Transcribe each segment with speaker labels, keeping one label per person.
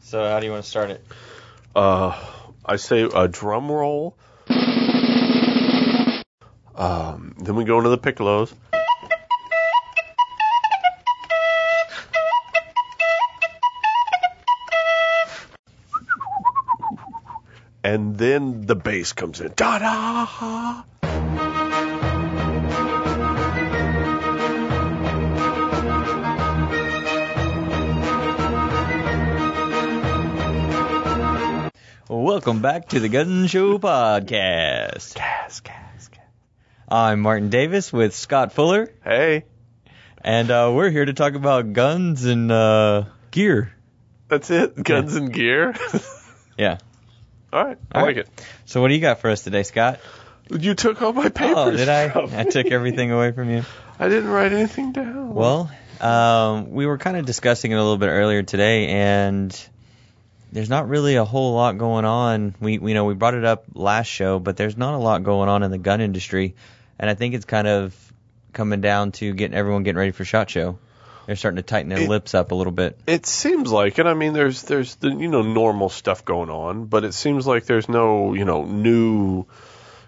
Speaker 1: So how do you want to start it?
Speaker 2: Uh, I say a drum roll. Um, then we go into the piccolos. And then the bass comes in. Da da!
Speaker 1: Welcome back to the Gun Show podcast.
Speaker 2: Gas, gas, gas.
Speaker 1: I'm Martin Davis with Scott Fuller,
Speaker 2: Hey,
Speaker 1: and uh, we're here to talk about guns and uh, gear.
Speaker 2: that's it. Guns and gear.
Speaker 1: Yeah.
Speaker 2: All right, I
Speaker 1: All
Speaker 2: like
Speaker 1: right. So what do you got for us today, Scott?
Speaker 2: it. You took all my papers.
Speaker 1: Oh, did I?
Speaker 2: from
Speaker 1: I took
Speaker 2: me.
Speaker 1: everything away from you.
Speaker 2: I didn't write anything down.
Speaker 1: Well, um, we were kind of discussing it a little bit earlier today, and there's not really a whole lot going on. We, we- you know, we brought it up last show, but there's not a lot going on in the gun industry, and I think it's kind of coming down to getting everyone getting ready for shot show. They're starting to tighten their
Speaker 2: It-
Speaker 1: lips up a little bit.
Speaker 2: It seems like it. I mean, there's there's the you know normal stuff going on, but it seems like there's no you know new,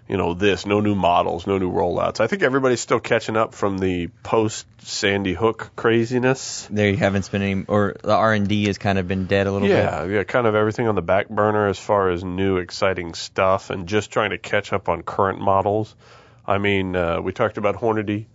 Speaker 2: you know this, no new models, no new rollouts. I think everybody's still catching up from the post Sandy Hook craziness.
Speaker 1: There you haven't spent any, or the R and D has kind of been dead a little bit.
Speaker 2: Yeah, yeah, kind of everything on the back burner as far as new exciting stuff and just trying to catch up on current models. I mean, uh, we talked about Hornady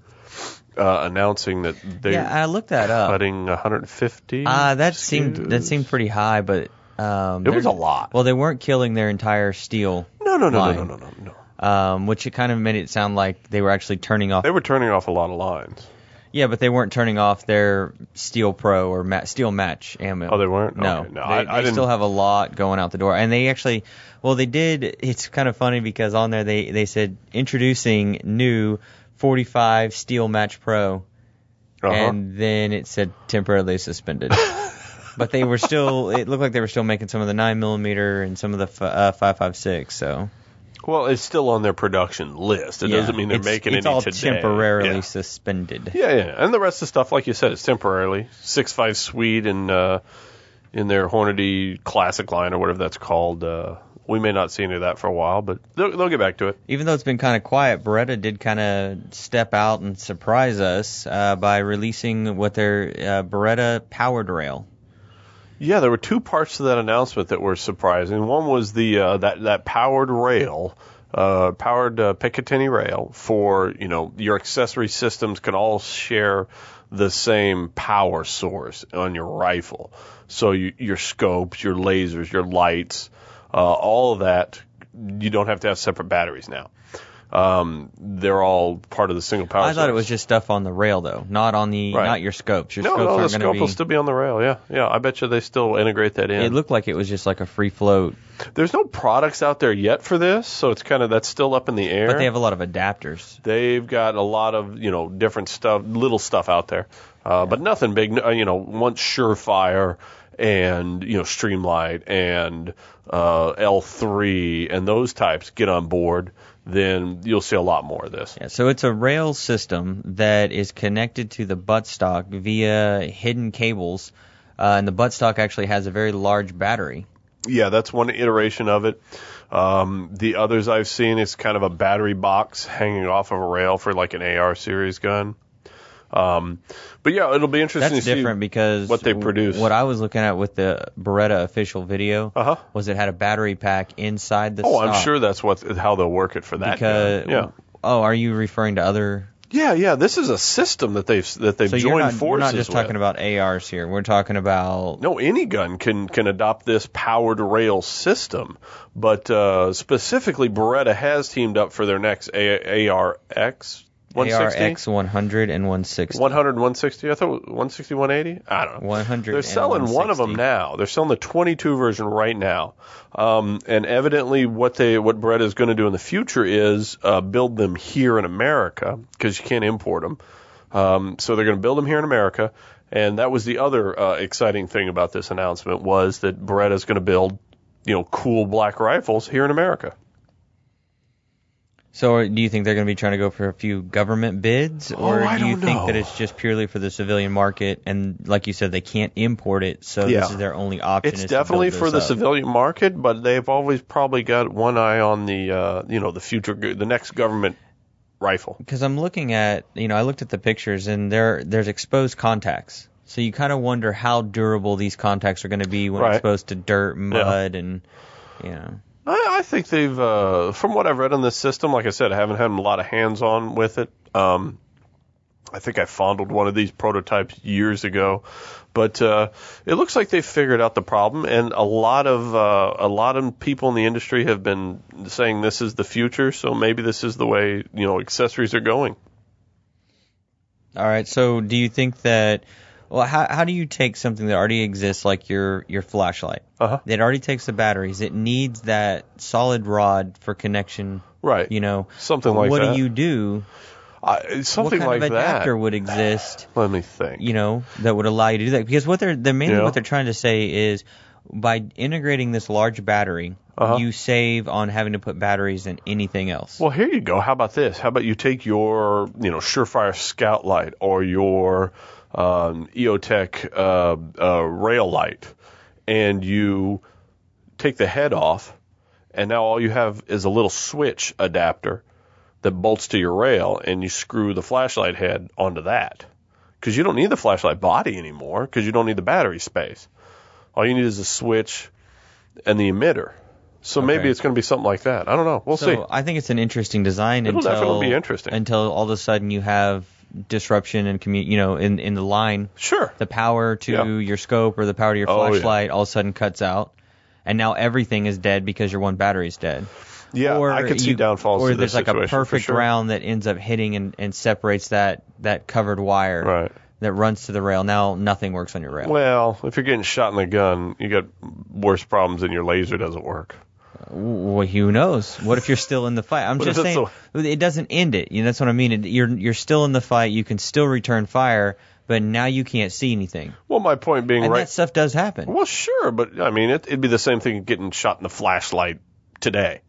Speaker 2: uh, announcing that they're
Speaker 1: yeah, I looked that up.
Speaker 2: cutting 150.
Speaker 1: Ah, that seemed that
Speaker 2: SKUs.
Speaker 1: seemed pretty high, but um,
Speaker 2: It was
Speaker 1: they're-
Speaker 2: a lot.
Speaker 1: Well, they weren't killing their entire steel.
Speaker 2: No, no, no, no,
Speaker 1: line.
Speaker 2: no, no, no, no.
Speaker 1: um, which it kind of made it sound like they were actually turning off.
Speaker 2: They were turning off a lot of lines.
Speaker 1: Yeah, but they weren't turning off their Steel Pro or ma- Steel Match ammo.
Speaker 2: Oh, they weren't?
Speaker 1: No,
Speaker 2: Okay.
Speaker 1: they,
Speaker 2: No, I- I
Speaker 1: they
Speaker 2: didn't-
Speaker 1: still have a lot going out the door, and they actually, well, they did. It's kind of funny because on there they they said introducing new 45 Steel Match Pro,
Speaker 2: Uh-huh.
Speaker 1: and then it said temporarily suspended. but they were still. It looked like they were still making some of the nine millimeter and some of the f- uh, 5.56. So
Speaker 2: well, it's still on their production list. It
Speaker 1: yeah,
Speaker 2: doesn't mean they're
Speaker 1: it's,
Speaker 2: making
Speaker 1: it's
Speaker 2: any
Speaker 1: all
Speaker 2: today.
Speaker 1: temporarily
Speaker 2: Yeah.
Speaker 1: suspended.
Speaker 2: yeah, yeah, and the rest of the stuff, like you said, it's temporarily. Six Five Swede and uh, in their Hornady Classic line or whatever that's called. Uh, we may not see any of that for a while, but they'll, they'll get back to it.
Speaker 1: even though it's been kind of quiet, Beretta did kind of step out and surprise us uh, by releasing what their uh, Beretta powered rail.
Speaker 2: Yeah, there were two parts to that announcement that were surprising. One was the uh, that that powered rail, uh, powered uh, Picatinny rail for you know your accessory systems can all share the same power source on your rifle. So you, your scopes, your lasers, your lights, uh, all of that you don't have to have separate batteries now. Um, they're all part of the single power.
Speaker 1: I thought it
Speaker 2: source.
Speaker 1: was just stuff on the rail though, not on the
Speaker 2: Right.
Speaker 1: not your scopes. Your
Speaker 2: no,
Speaker 1: scopes
Speaker 2: no, the
Speaker 1: aren't
Speaker 2: scope
Speaker 1: going to
Speaker 2: will
Speaker 1: be.
Speaker 2: still be on the rail. Yeah, yeah. I bet you they still integrate that in.
Speaker 1: it looked like it was just like a free float,
Speaker 2: There's no products out there yet for this, so it's kind of that's still up in the air.
Speaker 1: but they have a lot of adapters.
Speaker 2: They've got a lot of you know different stuff, little stuff out there, uh, but nothing big. no- You know, once Surefire and you know Streamlight and uh, L3 and those types get on board, then you'll see a lot more of this.
Speaker 1: Yeah, so it's a rail system that is connected to the buttstock via hidden cables, uh, and the buttstock actually has a very large battery.
Speaker 2: Yeah, that's one iteration of it. Um, the others I've seen is kind of a battery box hanging off of a rail for like an AR series gun. Um, but yeah, it'll be interesting.
Speaker 1: That's
Speaker 2: to see.
Speaker 1: different because
Speaker 2: what they
Speaker 1: w-
Speaker 2: produce.
Speaker 1: What I was looking at with the Beretta official video
Speaker 2: Uh-huh.
Speaker 1: was it had a battery pack inside the.
Speaker 2: Oh, I'm
Speaker 1: stock
Speaker 2: sure that's what how they'll work it for that.
Speaker 1: Because
Speaker 2: gun. yeah,
Speaker 1: Oh, are you referring to other?
Speaker 2: yeah, yeah. This is a system that they've that they've
Speaker 1: So
Speaker 2: joined
Speaker 1: you're not,
Speaker 2: forces
Speaker 1: we're not just
Speaker 2: with.
Speaker 1: talking about ARs here. We're talking about.
Speaker 2: no, any gun can can adopt this powered rail system, but uh, specifically Beretta has teamed up for their next a- ARX 160.
Speaker 1: ARX 100 and 160.
Speaker 2: 100 160 i thought it was 160 180 i don't know
Speaker 1: 100
Speaker 2: they're
Speaker 1: and
Speaker 2: selling one of them
Speaker 1: 160.
Speaker 2: now they're selling the 22 version right now um, and evidently what they what Beretta is going to do in the future is uh, build them here in america because you can't import them um, so they're going to build them here in america and that was the other uh, exciting thing about this announcement was that Beretta is going to build you know cool black rifles here in america
Speaker 1: So do you think they're going to be trying to go for a few government bids, or
Speaker 2: Oh, I
Speaker 1: do you
Speaker 2: don't
Speaker 1: think
Speaker 2: know.
Speaker 1: that it's just purely for the civilian market? And like you said, they can't import it, so
Speaker 2: Yeah.
Speaker 1: this is their only option.
Speaker 2: It's
Speaker 1: is to build
Speaker 2: definitely for
Speaker 1: this
Speaker 2: the
Speaker 1: up.
Speaker 2: civilian market, but they've always probably got one eye on the uh, you know the future, go- the next government rifle.
Speaker 1: because I'm looking at you know I looked at the pictures and there there's exposed contacts, so you kind of wonder how durable these contacts are going to be when
Speaker 2: Right.
Speaker 1: exposed to dirt, mud, and you know.
Speaker 2: I, I think they've, uh, from what I've read on this system, like I said, I haven't had a lot of hands on with it. Um, I think I fondled one of these prototypes years ago, but uh, it looks like they figured out the problem, and a lot of uh, a lot of people in the industry have been saying this is the future, so maybe this is the way you know accessories are going.
Speaker 1: All right, so do you think that? Well, how how do you take something that already exists, like your your flashlight,
Speaker 2: Uh-huh.
Speaker 1: that already takes the batteries? It needs that solid rod for connection.
Speaker 2: Right.
Speaker 1: You know,
Speaker 2: Something like
Speaker 1: what
Speaker 2: that.
Speaker 1: do you do?
Speaker 2: I, something
Speaker 1: what kind
Speaker 2: like
Speaker 1: of adapter
Speaker 2: that.
Speaker 1: would exist?
Speaker 2: Let me think.
Speaker 1: you know, that would allow you to do that. Because what they're, they're mainly
Speaker 2: Yeah.
Speaker 1: what they're trying to say is by integrating this large battery,
Speaker 2: Uh-huh.
Speaker 1: you save on having to put batteries in anything else.
Speaker 2: Well, here you go. How about this? How about you take your, you know, Surefire Scout light or your um, EOTech uh, uh, rail light, and you take the head off, and now all you have is a little switch adapter that bolts to your rail, and you screw the flashlight head onto that. Because you don't need the flashlight body anymore, because you don't need the battery space. All you need is a switch and the emitter. So maybe
Speaker 1: Okay.
Speaker 2: it's going to be something like that. I don't know. We'll see.
Speaker 1: so I think it's an interesting design
Speaker 2: It'll
Speaker 1: until
Speaker 2: definitely be interesting.
Speaker 1: until all of a sudden you have disruption and commu- you know in in the line
Speaker 2: Sure.
Speaker 1: the power to
Speaker 2: Yeah.
Speaker 1: your scope or the power to your
Speaker 2: Oh, yeah.
Speaker 1: flashlight all of a sudden cuts out and now everything is dead because your one battery is dead
Speaker 2: Yeah,
Speaker 1: or
Speaker 2: I could see
Speaker 1: you-
Speaker 2: downfalls.
Speaker 1: Or
Speaker 2: to
Speaker 1: there's
Speaker 2: this
Speaker 1: like a
Speaker 2: situation, for
Speaker 1: perfect
Speaker 2: sure.
Speaker 1: round that ends up hitting and, and separates that that covered wire
Speaker 2: Right.
Speaker 1: that runs to the rail. Now nothing works on your rail.
Speaker 2: Well, if you're getting shot in the gun, you got worse problems than your laser doesn't work.
Speaker 1: Well, who knows? What if you're still in the fight? I'm
Speaker 2: What
Speaker 1: just
Speaker 2: if it's
Speaker 1: saying it doesn't end it. You know, that's what I mean. It- You're you're still in the fight. You can still return fire, but now you can't see anything.
Speaker 2: Well, my point being,
Speaker 1: And
Speaker 2: right?
Speaker 1: that stuff does happen.
Speaker 2: Well, sure, but I mean, it, it'd be the same thing getting shot in the flashlight today.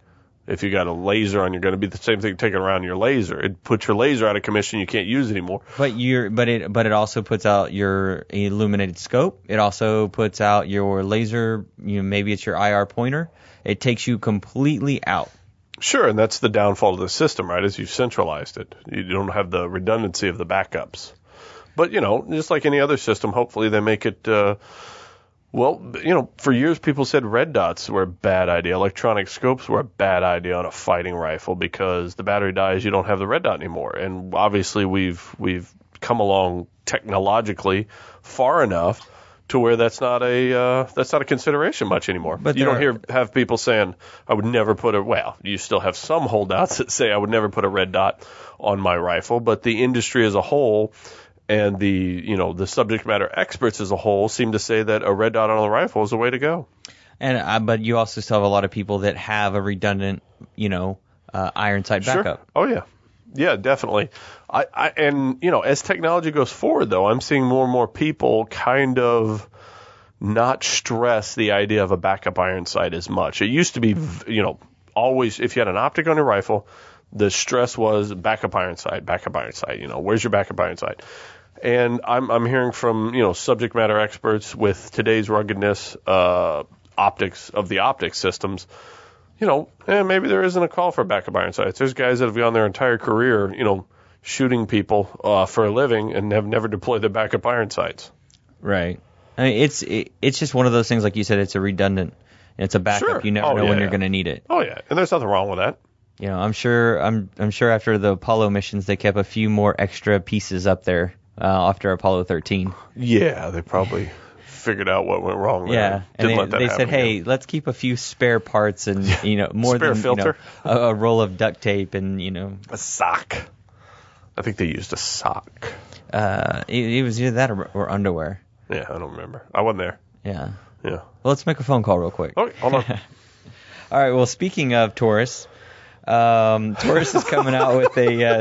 Speaker 2: If you got a laser on, you're going to be the same thing taking around your laser. It puts your laser out of commission. You can't use it anymore.
Speaker 1: But you're but it but it also puts out your illuminated scope. It also puts out your laser. You know, maybe it's your IR pointer. It takes you completely out.
Speaker 2: Sure, and that's the downfall of the system, right? Is you've centralized it. You don't have the redundancy of the backups. But you know, just like any other system, hopefully they make it. Uh, well, you know, for years people said red dots were a bad idea. Electronic scopes were a bad idea on a fighting rifle because the battery dies, you don't have the red dot anymore. And obviously we've we've come along technologically far enough to where that's not a uh, that's not a consideration much anymore.
Speaker 1: But
Speaker 2: you don't
Speaker 1: there-
Speaker 2: hear have people saying I would never put a well. You still have some holdouts that say I would never put a red dot on my rifle, but the industry as a whole and the you know the subject matter experts as a whole seem to say that a red dot on a rifle is the way to go.
Speaker 1: And uh, but you also still have a lot of people that have a redundant, you know, uh, iron sight backup.
Speaker 2: Oh yeah. Yeah, definitely. I, I and you know, as technology goes forward though, I'm seeing more and more people kind of not stress the idea of a backup iron sight as much. It used to be, v- you know, always if you had an optic on your rifle, the stress was backup iron sight, backup iron sight. You know, where's your backup iron sight? And I'm I'm hearing from you know subject matter experts with today's ruggedness, uh, optics of the optic systems. You know, eh, maybe there isn't a call for backup iron sights. There's guys that have gone their entire career, you know, shooting people uh, for a living and have never deployed their backup iron sights.
Speaker 1: Right. I mean, it's it, it's just one of those things, like you said, it's a redundant. It's a backup.
Speaker 2: Sure.
Speaker 1: You never
Speaker 2: Oh,
Speaker 1: know
Speaker 2: yeah,
Speaker 1: when you're
Speaker 2: yeah.
Speaker 1: going to need it.
Speaker 2: Oh yeah, and there's nothing wrong with that.
Speaker 1: You know, I'm sure. I'm I'm sure after the Apollo missions, they kept a few more extra pieces up there uh, after Apollo 13.
Speaker 2: Yeah, they probably figured out what went wrong. There.
Speaker 1: Yeah, and
Speaker 2: Didn't
Speaker 1: they,
Speaker 2: let that
Speaker 1: they
Speaker 2: happen
Speaker 1: said, "Hey,
Speaker 2: again.
Speaker 1: let's keep a few spare parts and you know more
Speaker 2: Spare
Speaker 1: than you
Speaker 2: filter.
Speaker 1: know, a, a roll of duct tape and you know
Speaker 2: a sock." I think they used a sock.
Speaker 1: uh, it, it was either that or, or underwear."
Speaker 2: Yeah, I don't remember. I wasn't there.
Speaker 1: Yeah.
Speaker 2: Yeah. Oh,
Speaker 1: Well, let's make a phone call real quick.
Speaker 2: Okay, hold on.
Speaker 1: All right. Well, speaking of Taurus, Um, Taurus is coming out with a uh,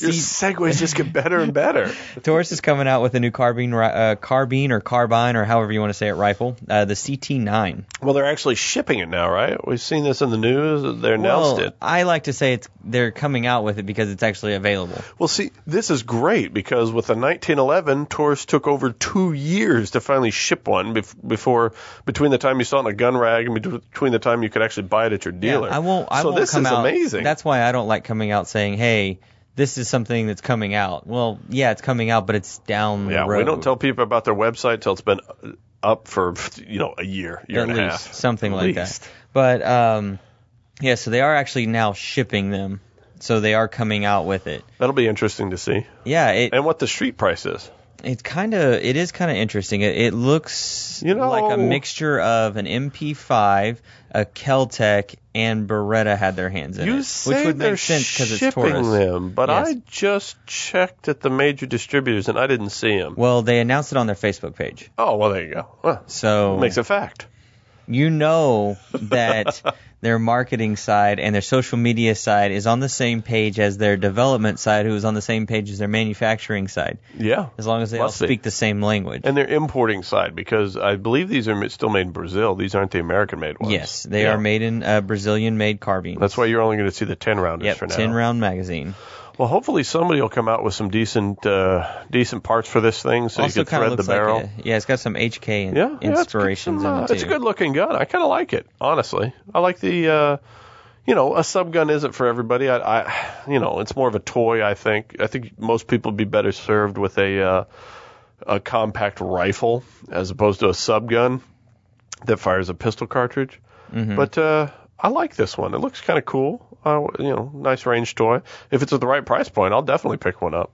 Speaker 2: Your
Speaker 1: C-
Speaker 2: segues just get better and better.
Speaker 1: Taurus is coming out with a new carbine, ri- uh, carbine or carbine or however you want to say it, rifle, uh, the CT9.
Speaker 2: Well, they're actually shipping it now, right? We've seen this in the news. They announced
Speaker 1: well,
Speaker 2: it.
Speaker 1: I like to say it's they're coming out with it because it's actually available.
Speaker 2: Well, see, this is great because with the 1911, Taurus took over two years to finally ship one bef- before, between the time you saw it in a gun rag and bet- between the time you could actually buy it at your dealer.
Speaker 1: I won't. I
Speaker 2: so
Speaker 1: won't
Speaker 2: this
Speaker 1: come
Speaker 2: is
Speaker 1: out.
Speaker 2: amazing.
Speaker 1: That's why I don't like coming out saying, "Hey, this is something that's coming out." Well, yeah, it's coming out, but it's down
Speaker 2: yeah,
Speaker 1: the road.
Speaker 2: we don't tell people about their website till it's been uh, up for you know a year, year
Speaker 1: at
Speaker 2: and a
Speaker 1: least
Speaker 2: half,
Speaker 1: something
Speaker 2: At
Speaker 1: like
Speaker 2: least.
Speaker 1: that. But um, yeah, so they are actually now shipping them, so they are coming out with it.
Speaker 2: That'll be interesting to see,
Speaker 1: Yeah, it
Speaker 2: and what the street price is.
Speaker 1: it kind of it is kind of interesting. It, it looks
Speaker 2: You know-
Speaker 1: like a mixture of an MP5, a Keltec, and Beretta had their hands in
Speaker 2: You
Speaker 1: it,
Speaker 2: say
Speaker 1: which would
Speaker 2: they're
Speaker 1: make sense because
Speaker 2: shipping
Speaker 1: it's Taurus.
Speaker 2: them, but
Speaker 1: Yes.
Speaker 2: I just checked at the major distributors and I didn't see them.
Speaker 1: Well, they announced it on their Facebook page,
Speaker 2: Oh well, there you go. Well,
Speaker 1: so
Speaker 2: makes a fact.
Speaker 1: you know that their marketing side and their social media side is on the same page as their development side, who is on the same page as their manufacturing side,
Speaker 2: Yeah.
Speaker 1: as long as they
Speaker 2: Must
Speaker 1: all
Speaker 2: be.
Speaker 1: speak the same language.
Speaker 2: And their importing side, because I believe these are ma- still made in Brazil. These aren't the American made ones.
Speaker 1: yes, they
Speaker 2: Yeah.
Speaker 1: are made in uh, Brazilian-made carbines.
Speaker 2: That's why you're only going to see the 10 rounders
Speaker 1: Yep,
Speaker 2: for now.
Speaker 1: ten round magazine.
Speaker 2: Well, hopefully somebody will come out with some decent uh, decent parts for this thing so
Speaker 1: also
Speaker 2: you can
Speaker 1: kind of
Speaker 2: thread the
Speaker 1: looks
Speaker 2: barrel.
Speaker 1: like a, yeah, it's got some HK in,
Speaker 2: yeah, yeah, it's got
Speaker 1: inspirations
Speaker 2: some,
Speaker 1: in
Speaker 2: uh,
Speaker 1: it too.
Speaker 2: It's a good looking gun. I kind of like it, honestly. I like the, uh, you know, a subgun isn't for everybody. I, I, you know, it's more of a toy. I think. I think most people would be better served with a uh, a compact rifle as opposed to a subgun that fires a pistol cartridge.
Speaker 1: Mm-hmm.
Speaker 2: But uh, I like this one. It looks kind of cool. Uh, you know, nice range toy. If it's at the right price point, I'll definitely pick one up.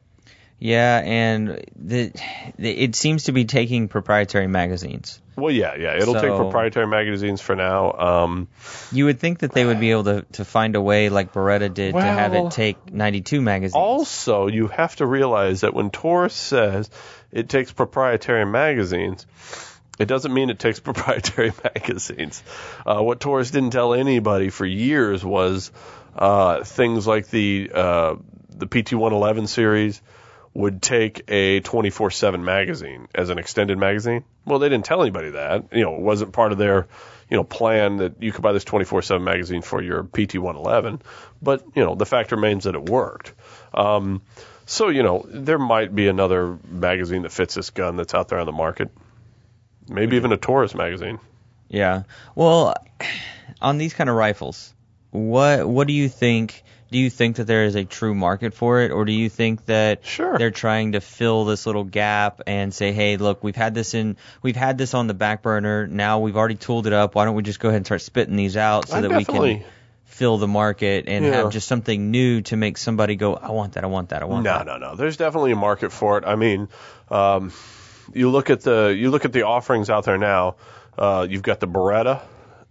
Speaker 1: Yeah, and the, the it seems to be taking proprietary magazines.
Speaker 2: Well, yeah, yeah. It'll take
Speaker 1: So-
Speaker 2: proprietary magazines for now. Um,
Speaker 1: You would think that they would be able to, to find a way like Beretta did to have
Speaker 2: Well-
Speaker 1: it take 92 magazines.
Speaker 2: Also, you have to realize that when Taurus says it takes proprietary magazines, it doesn't mean it takes proprietary magazines. Uh, what Taurus didn't tell anybody for years was uh, things like the uh, the PT111 series would take a 24/7 magazine as an extended magazine. Well, they didn't tell anybody that. You know, it wasn't part of their you know plan that you could buy this 24/7 magazine for your PT111. But you know, the fact remains that it worked. Um, so you know, there might be another magazine that fits this gun that's out there on the market. Maybe even a Taurus magazine.
Speaker 1: Yeah. Well, on these kind of rifles, what what do you think? Do you think that there is a true market for it, or do you think that
Speaker 2: Sure.
Speaker 1: they're trying to fill this little gap and say, "Hey, look, we've had this in, we've had this on the back burner. Now we've already tooled it up. Why don't we just go ahead and start spitting these out so
Speaker 2: I
Speaker 1: that we
Speaker 2: definitely-
Speaker 1: can fill the market and
Speaker 2: Yeah.
Speaker 1: have just something new to make somebody go, I want that, I want that, I want
Speaker 2: No,
Speaker 1: that."
Speaker 2: no, no. There's definitely a market for it. I mean, um, you look at the you look at the offerings out there now. Uh, you've got the Beretta,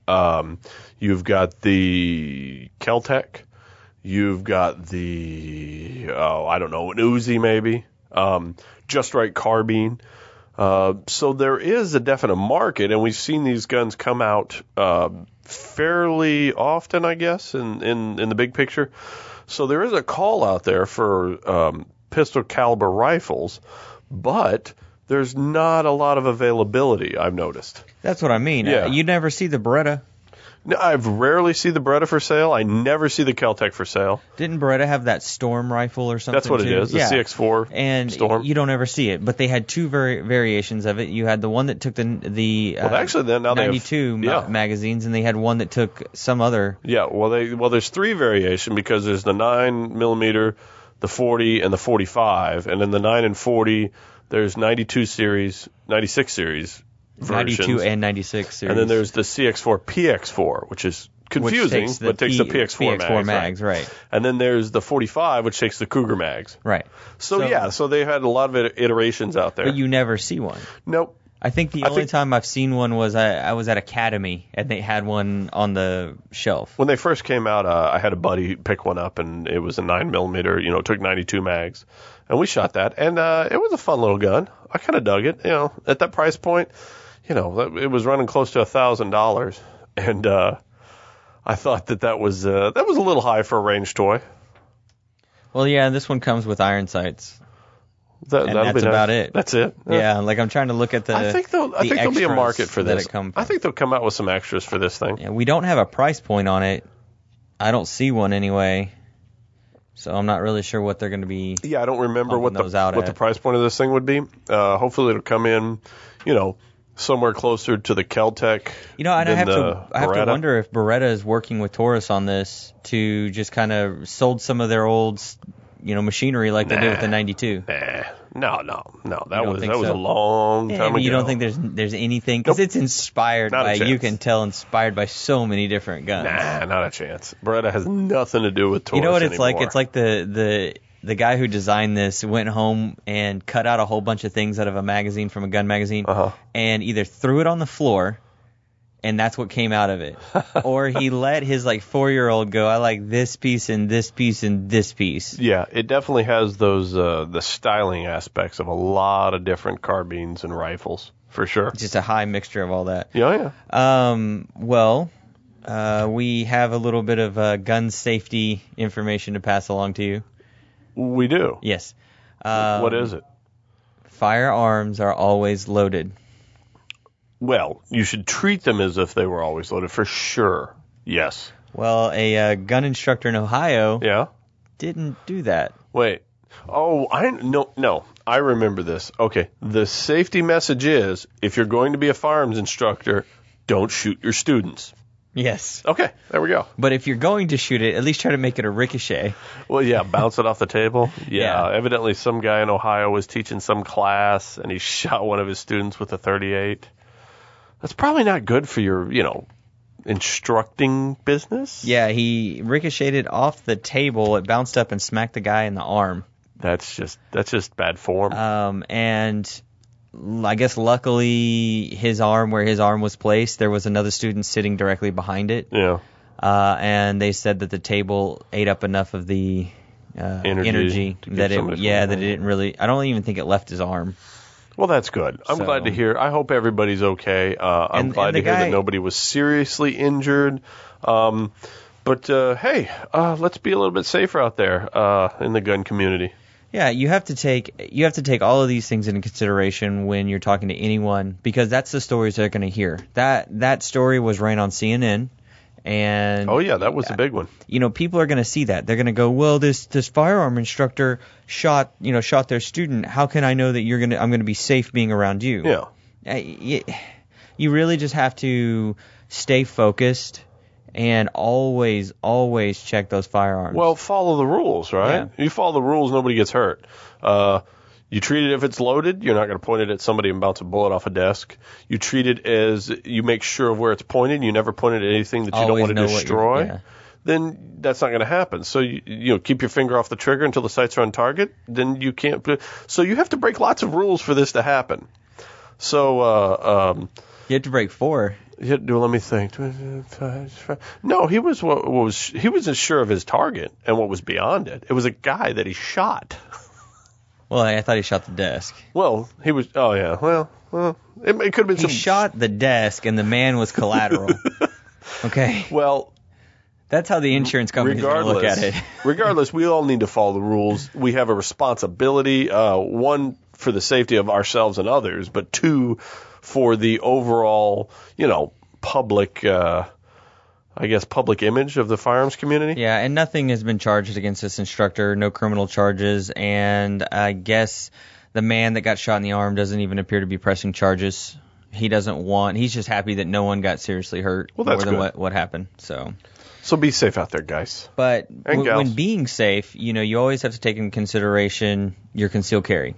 Speaker 2: um, you've got the Keltec, you've got the oh I don't know an Uzi maybe, um, just right carbine. Uh, so there is a definite market, and we've seen these guns come out uh, fairly often, I guess, in, in, in the big picture. So there is a call out there for um, pistol caliber rifles, but there's not a lot of availability. I've noticed.
Speaker 1: That's what I mean.
Speaker 2: Yeah.
Speaker 1: Uh, You never see the Beretta.
Speaker 2: Now, I've rarely see the Beretta for sale. I never see the Caltech for sale.
Speaker 1: Didn't Beretta have that storm rifle or something?
Speaker 2: That's what it
Speaker 1: too?
Speaker 2: is. The
Speaker 1: yeah.
Speaker 2: CX4
Speaker 1: and
Speaker 2: Storm.
Speaker 1: you don't ever see it. But they had two vari- variations of it. You had the one that took the the
Speaker 2: Well,
Speaker 1: uh,
Speaker 2: actually, then now they have-
Speaker 1: 92 ma-
Speaker 2: yeah.
Speaker 1: magazines, and they had one that took some other.
Speaker 2: Yeah, well, they well, there's three variation because there's the nine millimeter, the 40, and the 45, and then the nine and 40, there's 92 series, 96 series versions,
Speaker 1: 92 and 96 series.
Speaker 2: and then there's the CX4 PX4, which is
Speaker 1: which
Speaker 2: confusing,
Speaker 1: takes the
Speaker 2: but takes the
Speaker 1: P-
Speaker 2: PX4, mags,
Speaker 1: mags,
Speaker 2: right?
Speaker 1: right.
Speaker 2: And then there's the 45, which takes the Cougar mags.
Speaker 1: right,
Speaker 2: So,
Speaker 1: So-
Speaker 2: yeah, so they had a lot of it- iterations out there.
Speaker 1: But you never see one.
Speaker 2: nope.
Speaker 1: I think the
Speaker 2: I
Speaker 1: only
Speaker 2: think-
Speaker 1: time I've seen one was I, I was at Academy and they had one on the shelf.
Speaker 2: When they first came out, uh, I had a buddy pick one up, and it was a nine millimeter. You know, it took 92 mags, and we shot that, and uh, it was a fun little gun. I kind of dug it. You know, at that price point, you know, that- it was running close to a thousand dollars, and uh, I thought that that was uh, that was a little high for a range toy.
Speaker 1: Well, yeah, this one comes with iron sights.
Speaker 2: That,
Speaker 1: And
Speaker 2: that'll
Speaker 1: that's
Speaker 2: be nice.
Speaker 1: about it.
Speaker 2: That's it.
Speaker 1: Yeah, like I'm trying to look at the.
Speaker 2: I think they'll. I
Speaker 1: the
Speaker 2: think there'll be a
Speaker 1: extras
Speaker 2: market for
Speaker 1: that
Speaker 2: this.
Speaker 1: It come
Speaker 2: I think they'll come out with some extras for this thing.
Speaker 1: Yeah, we don't have a price point on it. I don't see one anyway, so I'm not really sure what they're going to be.
Speaker 2: Yeah, I don't remember
Speaker 1: Pumping
Speaker 2: what the
Speaker 1: those out
Speaker 2: what
Speaker 1: at.
Speaker 2: the price point of this thing would be. Uh, hopefully, it'll come in, you know, somewhere closer to the Keltec.
Speaker 1: You know, and I
Speaker 2: than
Speaker 1: have to
Speaker 2: the
Speaker 1: I have to
Speaker 2: Beretta.
Speaker 1: wonder if Beretta is working with Taurus on this to just kind of sold some of their old, you know, machinery like they did with the
Speaker 2: Nah.
Speaker 1: 92.
Speaker 2: Eh, no, no, no.
Speaker 1: You
Speaker 2: That
Speaker 1: don't
Speaker 2: was
Speaker 1: think
Speaker 2: that was
Speaker 1: so?
Speaker 2: a long time
Speaker 1: Yeah,
Speaker 2: ago.
Speaker 1: but you don't think there's there's anything because
Speaker 2: Nope.
Speaker 1: it's inspired
Speaker 2: Not a
Speaker 1: by you
Speaker 2: chance.
Speaker 1: can tell inspired by so many different guns.
Speaker 2: Nah, not a chance. Beretta has nothing to do with Taurus
Speaker 1: you know what it's like?
Speaker 2: anymore.
Speaker 1: It's like the the the guy who designed this went home and cut out a whole bunch of things out of a magazine from a gun magazine
Speaker 2: Uh-huh.
Speaker 1: and either threw it on the floor and that's what came out of it or he let his like 4-year-old go I like this piece and this piece and this piece.
Speaker 2: Yeah, it definitely has those uh, the styling aspects of a lot of different carbines and rifles for sure.
Speaker 1: Just a high mixture of all that.
Speaker 2: Yeah, oh, yeah.
Speaker 1: Um, well, uh, we have a little bit of uh, gun safety information to pass along to you.
Speaker 2: We do.
Speaker 1: Yes. Um,
Speaker 2: what is it?
Speaker 1: Firearms are always loaded.
Speaker 2: Well, you should treat them as if they were always loaded for sure. Yes.
Speaker 1: Well, a uh, gun instructor in Ohio
Speaker 2: Yeah.
Speaker 1: didn't do that.
Speaker 2: Wait. Oh, I no no. I remember this. Okay. The safety message is if you're going to be a firearms instructor, don't shoot your students.
Speaker 1: Yes.
Speaker 2: Okay, there we go.
Speaker 1: But if you're going to shoot it, at least try to make it a ricochet.
Speaker 2: Well, yeah, bounce it off the table. Yeah,
Speaker 1: Yeah.
Speaker 2: evidently some guy in Ohio was teaching some class and he shot one of his students with a 38. That's probably not good for your, you know, instructing business.
Speaker 1: Yeah, he ricocheted off the table. It bounced up and smacked the guy in the arm.
Speaker 2: That's just that's just bad form.
Speaker 1: Um, and l- I guess luckily his arm, where his arm was placed, there was another student sitting directly behind it.
Speaker 2: yeah.
Speaker 1: Uh, and they said that the table ate up enough of the uh,
Speaker 2: Energy
Speaker 1: energy,
Speaker 2: to give
Speaker 1: that it,
Speaker 2: somebody
Speaker 1: yeah,
Speaker 2: something.
Speaker 1: that it didn't really. I don't even think it left his arm.
Speaker 2: Well, that's good. I'm
Speaker 1: So-
Speaker 2: glad to hear. I hope everybody's okay. Uh, I'm
Speaker 1: And-
Speaker 2: glad
Speaker 1: and
Speaker 2: to
Speaker 1: the
Speaker 2: hear
Speaker 1: guy-
Speaker 2: that nobody was seriously injured. Um, but uh, hey, uh, let's be a little bit safer out there uh, in the gun community.
Speaker 1: Yeah, you have to take you have to take all of these things into consideration when you're talking to anyone because that's the stories they're going to hear. That that story was ran on CNN, and
Speaker 2: Oh yeah, that was a big one.
Speaker 1: you know people are going to see that. They're going to go, well, this this firearm instructor shot you know shot their student. How can I know that you're gonna I'm going to be safe being around you?
Speaker 2: Yeah.
Speaker 1: Uh, y- you really just have to stay focused and always always check those firearms.
Speaker 2: Well, follow the rules, right? You follow the rules, nobody gets hurt. Uh, you treat it if it's loaded. You're not going to point it at somebody and bounce a bullet off a desk. You treat it as you make sure of where it's pointed. You never point it at anything that you
Speaker 1: Always
Speaker 2: don't
Speaker 1: know
Speaker 2: want
Speaker 1: what
Speaker 2: to
Speaker 1: you're-
Speaker 2: destroy.
Speaker 1: yeah.
Speaker 2: Then that's not going to happen. So you, you know, keep your finger off the trigger until the sights are on target. Then you can't. put- So you have to break lots of rules for this to happen. So uh, um,
Speaker 1: you have to break four.
Speaker 2: yeah, do let me think. No, he was what was he wasn't sure of his target and what was beyond it. It was a guy that he shot.
Speaker 1: Well, I thought he shot the desk.
Speaker 2: Well, he was. Oh yeah. Well, well it, it could have been
Speaker 1: He
Speaker 2: some.
Speaker 1: shot the desk, and the man was collateral. okay,
Speaker 2: well,
Speaker 1: that's how the insurance companies gonna
Speaker 2: regardless,
Speaker 1: look at it.
Speaker 2: regardless, we all need to follow the rules. We have a responsibility. Uh, one for the safety of ourselves and others, but two for the overall, you know, public. Uh, I guess public image of the firearms community.
Speaker 1: Yeah, and nothing has been charged against this instructor. No criminal charges, and I guess the man that got shot in the arm doesn't even appear to be pressing charges. He doesn't want. He's just happy that no one got seriously hurt
Speaker 2: Well, that's
Speaker 1: more than
Speaker 2: good.
Speaker 1: what what happened. So.
Speaker 2: So be safe out there, guys.
Speaker 1: But w-
Speaker 2: gals.
Speaker 1: when being safe, you know, you always have to take in consideration your concealed carry.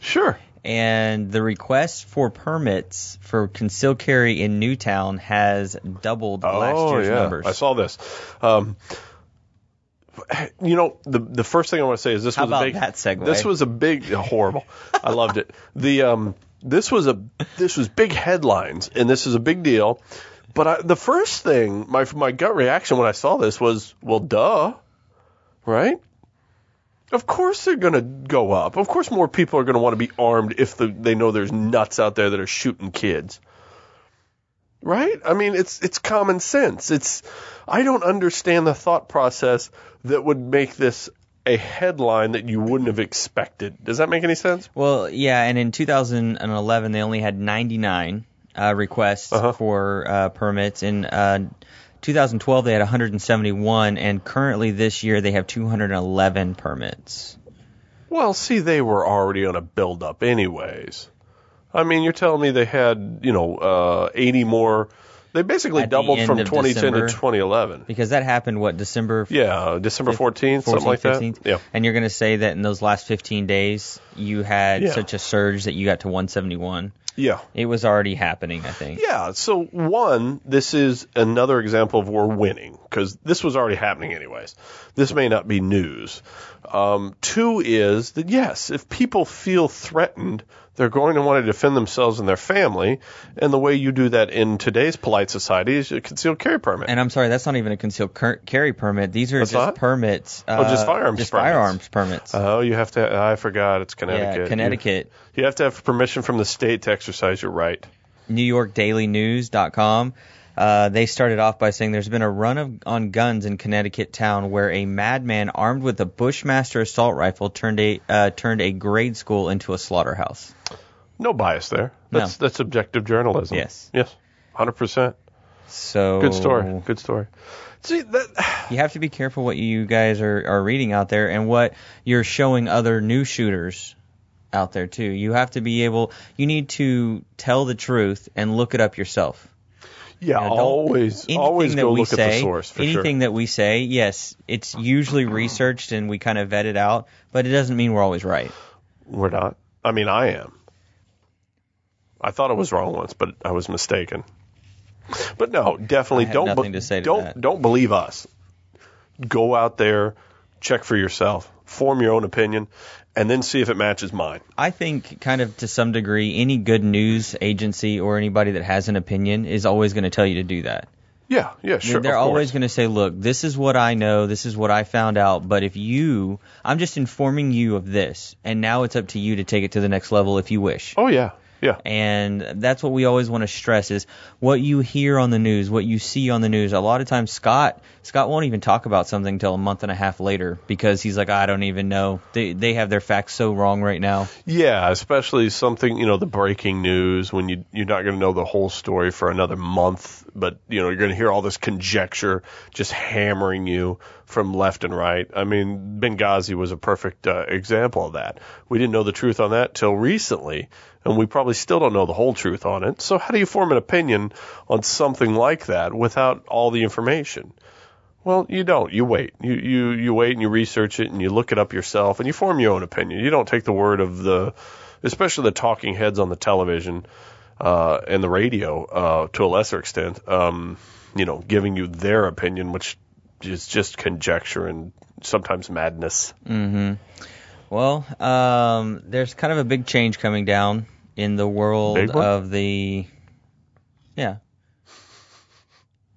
Speaker 2: Sure.
Speaker 1: And the request for permits for concealed carry in Newtown has doubled last year's numbers.
Speaker 2: Oh, I saw this. Um, you know, the the first thing I want to say is this was
Speaker 1: about
Speaker 2: a big
Speaker 1: that segue?
Speaker 2: This was a big horrible. I loved it. The um, this was a this was big headlines, and this is a big deal. But I, the first thing, my my gut reaction when I saw this was, well, duh, right? Of course they're going to go up. Of course more people are going to want to be armed if the, they know there's nuts out there that are shooting kids. Right? I mean, it's it's common sense. It's I don't understand the thought process that would make this a headline that you wouldn't have expected. Does that make any sense?
Speaker 1: Well, yeah, and in 2011 they only had 99 uh, requests
Speaker 2: Uh-huh.
Speaker 1: for uh, permits. In uh, 2012 they had 171, and currently this year they have 211 permits.
Speaker 2: Well, see, they were already on a build up anyways. I mean, you're telling me they had, you know, uh, 80 more. They basically
Speaker 1: At the
Speaker 2: doubled
Speaker 1: end
Speaker 2: from
Speaker 1: of
Speaker 2: 2010
Speaker 1: December.
Speaker 2: to 2011.
Speaker 1: Because that happened what December
Speaker 2: Yeah, December 14th,
Speaker 1: 14th,
Speaker 2: something like that.
Speaker 1: 15th.
Speaker 2: Yeah.
Speaker 1: And you're going to say that in those last 15 days you had
Speaker 2: Yeah.
Speaker 1: such a surge that you got to 171.
Speaker 2: Yeah.
Speaker 1: It was already happening, I think.
Speaker 2: Yeah. So one, this is another example of we're winning because this was already happening anyways. This may not be news. Um, two is that yes, if people feel threatened, they're going to want to defend themselves and their family. And the way you do that in today's polite society is a concealed carry permit.
Speaker 1: And I'm sorry, that's not even a concealed cur- carry permit. These are
Speaker 2: That's
Speaker 1: just
Speaker 2: not? Oh,
Speaker 1: permits. Uh,
Speaker 2: just firearms
Speaker 1: Just
Speaker 2: permits.
Speaker 1: firearms permits.
Speaker 2: Oh, you have to. I forgot. It's Connecticut.
Speaker 1: Yeah,
Speaker 2: You-
Speaker 1: Connecticut.
Speaker 2: You, have to have permission from the state to exercise your right.
Speaker 1: NewYorkDailyNews.com. Uh, they started off by saying there's been a run of, on guns in Connecticut town where a madman armed with a Bushmaster assault rifle turned a uh, turned a grade school into a slaughterhouse.
Speaker 2: No bias there. That's that's objective journalism.
Speaker 1: Yes.
Speaker 2: Yes. Hundred percent.
Speaker 1: So
Speaker 2: Good story.
Speaker 1: Oh.
Speaker 2: Good story. See that
Speaker 1: You have to be careful what you guys are, are reading out there and what you're showing other new shooters out there too. You have to be able. You need to tell the truth and look it up yourself.
Speaker 2: Yeah,
Speaker 1: You know, don't-
Speaker 2: always
Speaker 1: anything
Speaker 2: always
Speaker 1: that
Speaker 2: go
Speaker 1: we
Speaker 2: look
Speaker 1: say,
Speaker 2: at the source for
Speaker 1: anything
Speaker 2: sure.
Speaker 1: that we say, yes, it's usually researched and we kind of vet it out, but it doesn't mean we're always right.
Speaker 2: We're not. I mean I am. I thought I was wrong once, but I was mistaken. But no, definitely
Speaker 1: I have
Speaker 2: don't be-
Speaker 1: nothing to say to
Speaker 2: don't
Speaker 1: that.
Speaker 2: don't believe us. Go out there, check for yourself, form your own opinion, and then see if it matches mine.
Speaker 1: I think, kind of to some degree, any good news agency or anybody that has an opinion is always going to tell you to do that.
Speaker 2: Yeah, yeah, sure.
Speaker 1: They're
Speaker 2: of course.
Speaker 1: always going to say, look, this is what I know, this is what I found out, but if you, I'm just informing you of this, and now it's up to you to take it to the next level if you wish.
Speaker 2: Oh yeah, yeah.
Speaker 1: and that's what we always want to stress is what you hear on the news, what you see on the news. A lot of times Scott Scott won't even talk about something until a month and a half later because he's like, I don't even know. They they have their facts so wrong right now.
Speaker 2: Yeah, especially something you know the breaking news when you you're not going to know the whole story for another month, but you know you're going to hear all this conjecture just hammering you from left and right. I mean, Benghazi was a perfect uh, example of that. We didn't know the truth on that till recently, and we probably still don't know the whole truth on it. So how do you form an opinion on something like that without all the information? Well, you don't. You wait. You, you you wait and you research it and you look it up yourself and you form your own opinion. You don't take the word of the, especially the talking heads on the television uh, and the radio uh, to a lesser extent. Um, you know, giving you their opinion, which is just conjecture and sometimes madness.
Speaker 1: Well, um, there's kind of a big change coming down in the world
Speaker 2: Big one?
Speaker 1: of the yeah.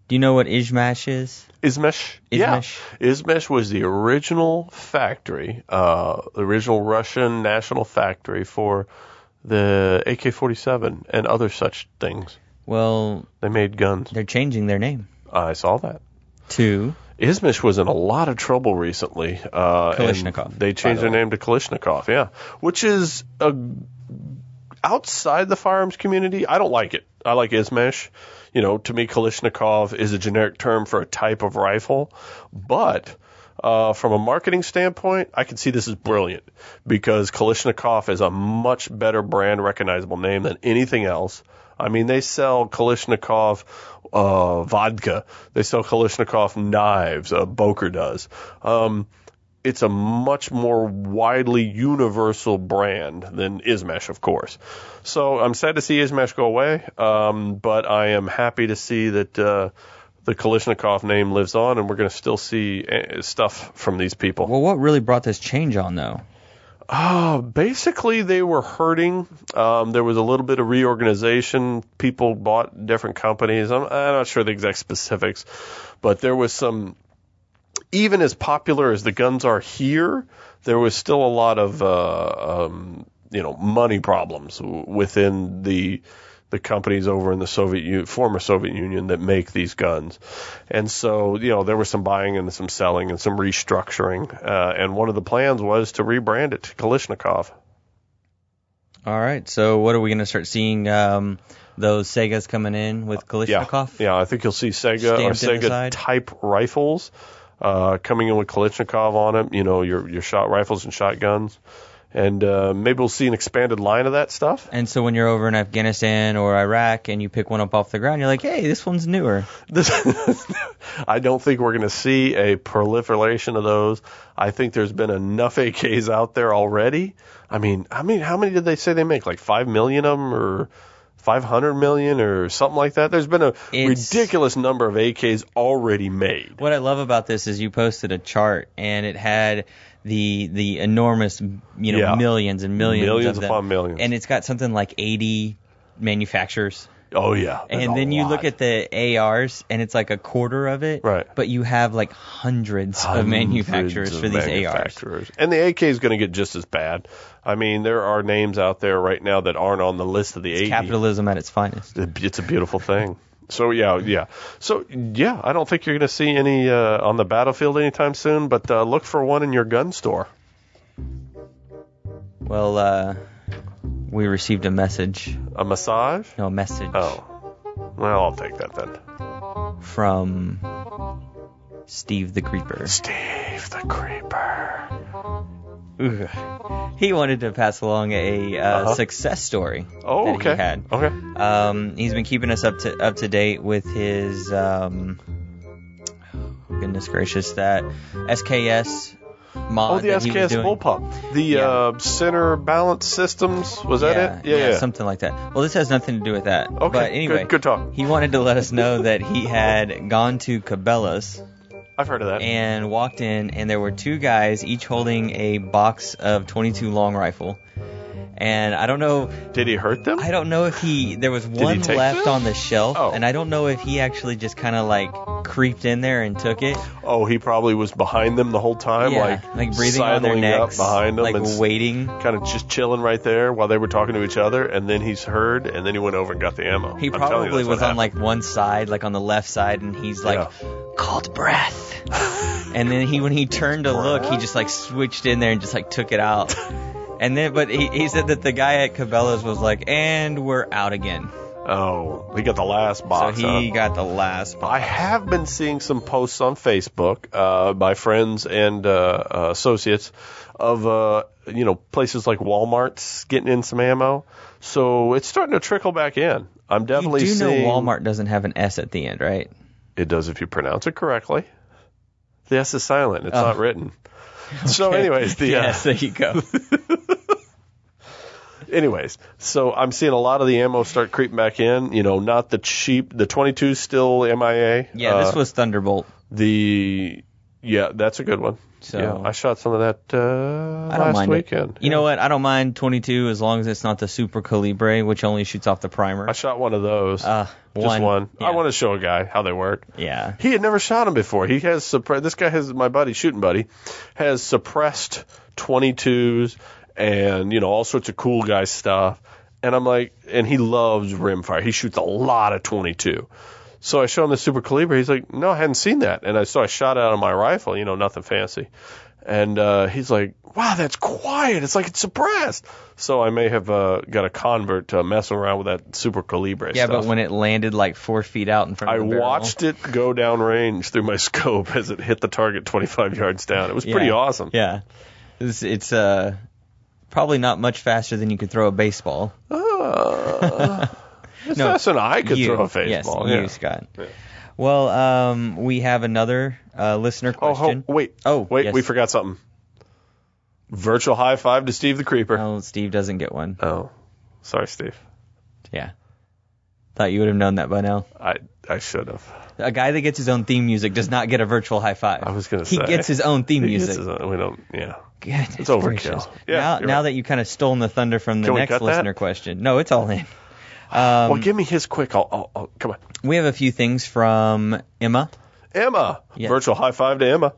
Speaker 1: Do you know what Ishmash is?
Speaker 2: Izmesh.
Speaker 1: Izmesh.
Speaker 2: Yeah. Izmesh was the original factory, uh, the original Russian national factory for the AK-47 and other such things.
Speaker 1: Well,
Speaker 2: They made guns.
Speaker 1: they're changing their name
Speaker 2: I saw that.
Speaker 1: to
Speaker 2: Izmish was in a lot of trouble recently. Uh, and
Speaker 1: Kalashnikov,
Speaker 2: They changed
Speaker 1: by the
Speaker 2: their
Speaker 1: way.
Speaker 2: name to Kalishnikov, yeah. Which is a, outside the firearms community. I don't like it. I like Izmish. You know, to me, Kalishnikov is a generic term for a type of rifle. But uh, from a marketing standpoint, I can see this is brilliant because Kalishnikov is a much better brand recognizable name than anything else. I mean, they sell Kalishnikov uh, vodka. They sell Kalishnikov knives. Uh, Boker does. Um, it's a much more widely universal brand than Ismesh, of course. So I'm sad to see Ismesh go away, um, but I am happy to see that uh, the Kalishnikov name lives on, and we're going to still see uh, stuff from these people.
Speaker 1: well, what really brought this change on though?
Speaker 2: Uh, basically, they were hurting. Um, there was a little bit of reorganization. People bought different companies. I'm, I'm not sure the exact specifics, but there was some. Even as popular as the guns are here, there was still a lot of uh, um, you know money problems w- within the the companies over in the Soviet U- former Soviet Union that make these guns. And so, you know, there was some buying and some selling and some restructuring. Uh, and one of the plans was to rebrand it to Kalishnikov.
Speaker 1: All right. So what are we going to start seeing? Um, those Segas coming in with Kalashnikov.
Speaker 2: Uh, Yeah, yeah, I think you'll see Sega or
Speaker 1: Stamped in the
Speaker 2: Sega
Speaker 1: side.
Speaker 2: type rifles uh, coming in with Kalashnikov on them. You know, your your shot rifles and shotguns, and uh, maybe we'll see an expanded line of that stuff.
Speaker 1: And so when you're over in Afghanistan or Iraq and you pick one up off the ground, you're like, hey, this one's newer.
Speaker 2: This, I don't think we're going to see a proliferation of those. I think there's been enough AKs out there already. I mean, I mean, how many did they say they make? Like five million of them, or five hundred million, or something like that. There's been a
Speaker 1: It's-
Speaker 2: ridiculous number of AKs already made.
Speaker 1: What I love about this is you posted a chart and it had the the enormous, you know,
Speaker 2: Yeah.
Speaker 1: millions and millions,
Speaker 2: Millions
Speaker 1: of them.
Speaker 2: upon millions.
Speaker 1: and it's got something like 80 manufacturers.
Speaker 2: Oh yeah. There's
Speaker 1: And
Speaker 2: a
Speaker 1: then you look
Speaker 2: lot.
Speaker 1: at the ARs, and it's like a quarter of it.
Speaker 2: Right.
Speaker 1: But you have like hundreds, of
Speaker 2: Hundreds
Speaker 1: manufacturers
Speaker 2: of
Speaker 1: for these ARs.
Speaker 2: manufacturers. And the AK is going to get just as bad. I mean, there are names out there right now that aren't on the list of the 80.
Speaker 1: Capitalism at its finest.
Speaker 2: It's a beautiful thing. So yeah, yeah. So yeah, I don't think you're going to see any uh, on the battlefield anytime soon, but uh, look for one in your gun store.
Speaker 1: Well, uh, we received a message.
Speaker 2: A massage?
Speaker 1: No, a message
Speaker 2: Oh. Well, I'll take that then.
Speaker 1: from Steve the Creeper.
Speaker 2: Steve the Creeper.
Speaker 1: Ugh. He wanted to pass along a uh,
Speaker 2: Uh-huh.
Speaker 1: success story
Speaker 2: Oh,
Speaker 1: that
Speaker 2: okay.
Speaker 1: he had.
Speaker 2: Okay.
Speaker 1: Um, he's been keeping us up to up to date with his um, goodness gracious that SKS mod
Speaker 2: Oh, the
Speaker 1: Uh, that he was
Speaker 2: SKS
Speaker 1: doing.
Speaker 2: bullpup. The
Speaker 1: Yeah.
Speaker 2: uh, center balance systems. Was
Speaker 1: yeah,
Speaker 2: that it?
Speaker 1: yeah, something like that. Well, this has nothing to do with that.
Speaker 2: Okay.
Speaker 1: but anyway,
Speaker 2: Good, good talk.
Speaker 1: he wanted to let us know that he had gone to Cabela's
Speaker 2: I've heard of that.
Speaker 1: and walked in, and there were two guys, each holding a box of 22 long rifle. And I don't know,
Speaker 2: Did he hurt them?
Speaker 1: I don't know if he there was one
Speaker 2: take
Speaker 1: left
Speaker 2: them?
Speaker 1: on the shelf,
Speaker 2: Oh.
Speaker 1: and I don't know if he actually just kind of like creeped in there and took it.
Speaker 2: oh, he probably was behind them the whole time,
Speaker 1: yeah,
Speaker 2: like
Speaker 1: breathing on their
Speaker 2: sidling
Speaker 1: necks,
Speaker 2: up behind them,
Speaker 1: like
Speaker 2: and
Speaker 1: waiting.
Speaker 2: kind of just chilling right there while they were talking to each other. And then he's heard, and then he went over and got the ammo.
Speaker 1: He
Speaker 2: I'm telling you,
Speaker 1: probably
Speaker 2: that's
Speaker 1: was
Speaker 2: what
Speaker 1: on like one side, like on the left side, and he's like called breath. and then he, when he turned to look, he just like switched in there and just like took it out. And then, but he, he said that the guy at Cabela's was like, and we're out again.
Speaker 2: happened. Oh, he got the last
Speaker 1: So
Speaker 2: box. huh?
Speaker 1: he got the last box.
Speaker 2: I have been seeing some posts on Facebook uh, by friends and uh, uh, associates of uh, you know places like Walmart's getting in some ammo, so it's starting to trickle back in. I'm
Speaker 1: You
Speaker 2: definitely
Speaker 1: do know
Speaker 2: seeing
Speaker 1: Walmart doesn't have an S at the end, right?
Speaker 2: It does if you pronounce it correctly. The S is silent; it's not written. So, anyways, the
Speaker 1: Oh. yes, there you go.
Speaker 2: uh, anyways, so I'm seeing a lot of the ammo start creeping back in. You know, not the cheap. The 22 still MIA.
Speaker 1: Yeah,
Speaker 2: Uh,
Speaker 1: this was Thunderbolt.
Speaker 2: The yeah, that's a good one.
Speaker 1: So-
Speaker 2: yeah, I shot some of that uh,
Speaker 1: I don't
Speaker 2: last
Speaker 1: mind it.
Speaker 2: weekend.
Speaker 1: You know what? I don't mind 22 as long as it's not the Super Calibre, which only shoots off the primer.
Speaker 2: I shot one of those.
Speaker 1: Uh,
Speaker 2: just one.
Speaker 1: Yeah.
Speaker 2: I want to show a guy how they work.
Speaker 1: yeah.
Speaker 2: He had never shot him before. He has suppressed. This guy has my buddy, shooting buddy, has suppressed 22s and you know all sorts of cool guy stuff. And I'm like, and he loves rimfire. He shoots a lot of 22. So I show him the super caliber. He's like, no, I hadn't seen that. And I so I shot it out of my rifle. You know, nothing fancy. And uh, he's like, wow, that's quiet. It's like it's suppressed. So I may have uh, got a convert to messing around with that super calibre
Speaker 1: Yeah,
Speaker 2: stuff.
Speaker 1: but when it landed like four feet out in front
Speaker 2: I
Speaker 1: of the barrel-
Speaker 2: watched it go down range through my scope as it hit the target 25 yards down. It was pretty
Speaker 1: Yeah.
Speaker 2: awesome.
Speaker 1: Yeah, it's, it's uh probably not much faster than you could throw a baseball.
Speaker 2: Uh, it's
Speaker 1: No,
Speaker 2: faster than I could
Speaker 1: you,
Speaker 2: throw a
Speaker 1: Yes,
Speaker 2: baseball.
Speaker 1: you,
Speaker 2: yeah.
Speaker 1: Scott. Well, um, we have another uh, listener
Speaker 2: Oh, ho-
Speaker 1: question.
Speaker 2: wait.
Speaker 1: Oh,
Speaker 2: wait.
Speaker 1: yes.
Speaker 2: We forgot something. Virtual high five to Steve the Creeper.
Speaker 1: No, Steve doesn't get one.
Speaker 2: Oh, sorry, Steve.
Speaker 1: Yeah, thought you would have known that by now.
Speaker 2: I I should have.
Speaker 1: A guy that gets his own theme music does not get a virtual high five.
Speaker 2: I was gonna
Speaker 1: he
Speaker 2: say.
Speaker 1: gets his own theme
Speaker 2: He
Speaker 1: music.
Speaker 2: gets his own- We don't. Yeah.
Speaker 1: Goodness
Speaker 2: It's overkill.
Speaker 1: gracious.
Speaker 2: Yeah,
Speaker 1: now,
Speaker 2: you're
Speaker 1: now
Speaker 2: right.
Speaker 1: that you kind of stolen the thunder from the
Speaker 2: Can we
Speaker 1: next
Speaker 2: cut that?
Speaker 1: listener question. No, it's all in. Um,
Speaker 2: well, give me his quick. I'll, I'll, I'll- come on.
Speaker 1: we have a few things from Emma.
Speaker 2: Emma.
Speaker 1: Yeah.
Speaker 2: Virtual high five to Emma.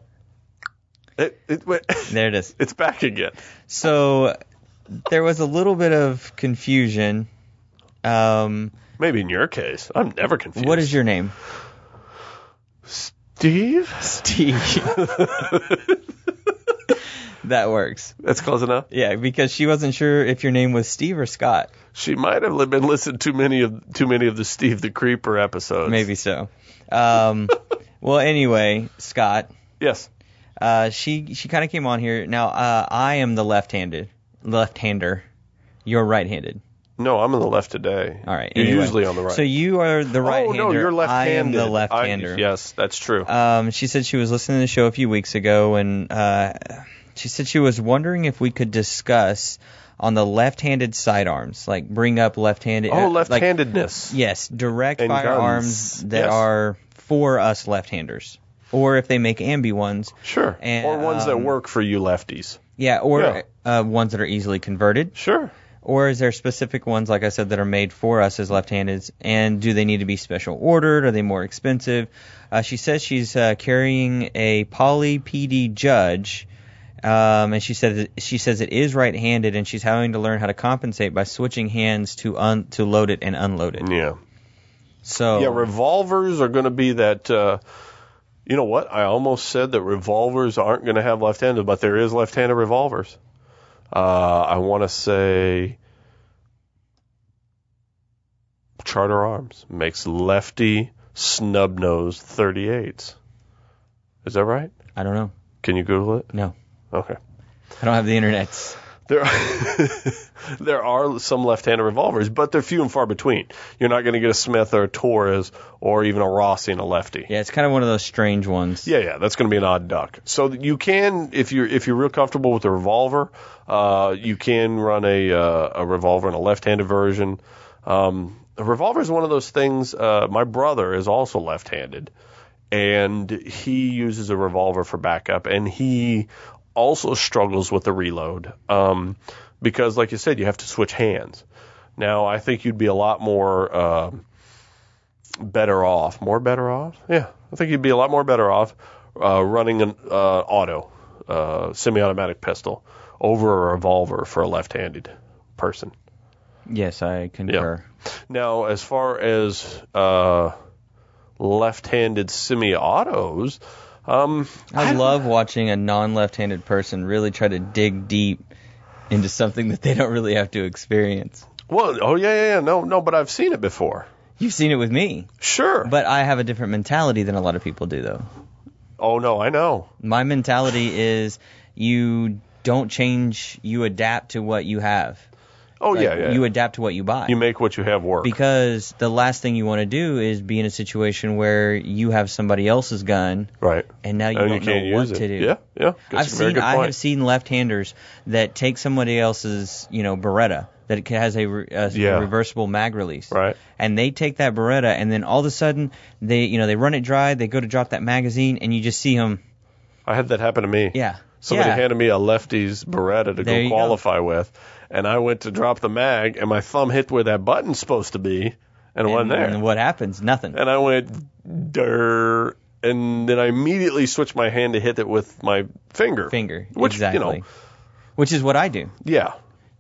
Speaker 2: It, it, wait,
Speaker 1: There it is.
Speaker 2: it's back again.
Speaker 1: So there was a little bit of confusion Um,
Speaker 2: Maybe in your case, I'm never confused.
Speaker 1: what is your name?
Speaker 2: Steve?
Speaker 1: Steve. that works.
Speaker 2: That's close enough.
Speaker 1: Yeah, because she wasn't sure if your name was Steve or Scott.
Speaker 2: She might have li- been listening too many of too many of the Steve the Creeper episodes.
Speaker 1: Maybe so. Um, well, anyway, Scott.
Speaker 2: Yes.
Speaker 1: Uh, she she kind of came on here. Now uh, I am the left-handed left-hander. You're right-handed.
Speaker 2: No, I'm on the left today.
Speaker 1: All right.
Speaker 2: You're
Speaker 1: anyway.
Speaker 2: usually on the right.
Speaker 1: So you are the
Speaker 2: oh
Speaker 1: right-hander.
Speaker 2: no, you're left-handed.
Speaker 1: I am the
Speaker 2: I-
Speaker 1: left-hander.
Speaker 2: yes, that's true.
Speaker 1: Um, she said she was listening to the show a few weeks ago, and uh, she said she was wondering if we could discuss on the left-handed sidearms, like bring up left-handed. uh,
Speaker 2: oh,
Speaker 1: like-
Speaker 2: left-handedness.
Speaker 1: yes, direct
Speaker 2: And
Speaker 1: firearms
Speaker 2: guns.
Speaker 1: that
Speaker 2: Yes.
Speaker 1: are for us left-handers, or if they make ambi ones,
Speaker 2: Sure.
Speaker 1: And,
Speaker 2: or ones that
Speaker 1: um,
Speaker 2: work for you lefties.
Speaker 1: yeah, or Uh, ones that are easily converted,
Speaker 2: Sure.
Speaker 1: or is there specific ones, like I said, that are made for us as left-handeds, and do they need to be special ordered? Are they more expensive? Uh, she says she's uh, carrying a Poly PD Judge, um, and she said she says it is right-handed, and she's having to learn how to compensate by switching hands to un- to load it and unload it.
Speaker 2: Yeah.
Speaker 1: So
Speaker 2: Yeah, revolvers are going to be that. Uh, you know what? I almost said that revolvers aren't going to have left-handed, but there is left-handed revolvers. Uh, I want to say Charter Arms makes lefty snub nose 38s. Is that right?
Speaker 1: I don't know.
Speaker 2: Can you Google it?
Speaker 1: No.
Speaker 2: Okay.
Speaker 1: I don't have the internet.
Speaker 2: There, there are some left-handed revolvers, but they're few and far between. You're not going to get a Smith or a Torres or even a Rossi and a lefty.
Speaker 1: Yeah, it's kind of one of those strange ones.
Speaker 2: Yeah, yeah, that's going to be an odd duck. So that you can, if you're if you're real comfortable with a revolver, uh, you can run a uh, a revolver in a left-handed version. Um, a revolver is one of those things. Uh, my brother is also left-handed, and he uses a revolver for backup, and he also struggles with the reload um, because, like you said, you have to switch hands. Now, I think you'd be a lot more. Uh, better off, more better off. Yeah, I think you'd be a lot more better off uh, running an uh, auto, uh, semi-automatic pistol over a revolver for a left-handed person.
Speaker 1: Yes, I concur.
Speaker 2: Now, as far as uh, left-handed semi-autos, um,
Speaker 1: I love watching a non-left-handed person really try to dig deep into something that they don't really have to experience.
Speaker 2: well, oh yeah, yeah, yeah, no, no, but I've seen it before.
Speaker 1: You've seen it with me,
Speaker 2: Sure.
Speaker 1: but I have a different mentality than a lot of people do, though.
Speaker 2: oh no, I know.
Speaker 1: My mentality is you don't change, you adapt to what you have.
Speaker 2: Oh
Speaker 1: Like,
Speaker 2: yeah, yeah.
Speaker 1: You
Speaker 2: You,
Speaker 1: adapt to what you buy.
Speaker 2: make what you have work.
Speaker 1: because the last thing you want to do is be in a situation where you have somebody else's gun
Speaker 2: right.
Speaker 1: and now you
Speaker 2: and Oh, you
Speaker 1: don't
Speaker 2: can't
Speaker 1: know what
Speaker 2: use it.
Speaker 1: to do.
Speaker 2: Yeah, yeah.
Speaker 1: I've
Speaker 2: That's a very
Speaker 1: seen
Speaker 2: good
Speaker 1: I
Speaker 2: point.
Speaker 1: have seen left-handers that take somebody else's you know Beretta that it has a, re- a
Speaker 2: Yeah.
Speaker 1: reversible mag release,
Speaker 2: Right.
Speaker 1: And they take that Beretta and then all of a sudden they you know they run it dry, they go to drop that magazine, and you just see them,
Speaker 2: I had that happen to me.
Speaker 1: yeah,
Speaker 2: Somebody
Speaker 1: yeah.
Speaker 2: handed me a lefty's Beretta to
Speaker 1: There you go.
Speaker 2: go qualify with, and I went to drop the mag, and my thumb hit where that button's supposed to be, and it
Speaker 1: and,
Speaker 2: wasn't there.
Speaker 1: and what happens? Nothing.
Speaker 2: And I went, der, and then I immediately switched my hand to hit it with my finger.
Speaker 1: Finger,
Speaker 2: Which,
Speaker 1: exactly.
Speaker 2: you know,
Speaker 1: Which is what I do.
Speaker 2: yeah.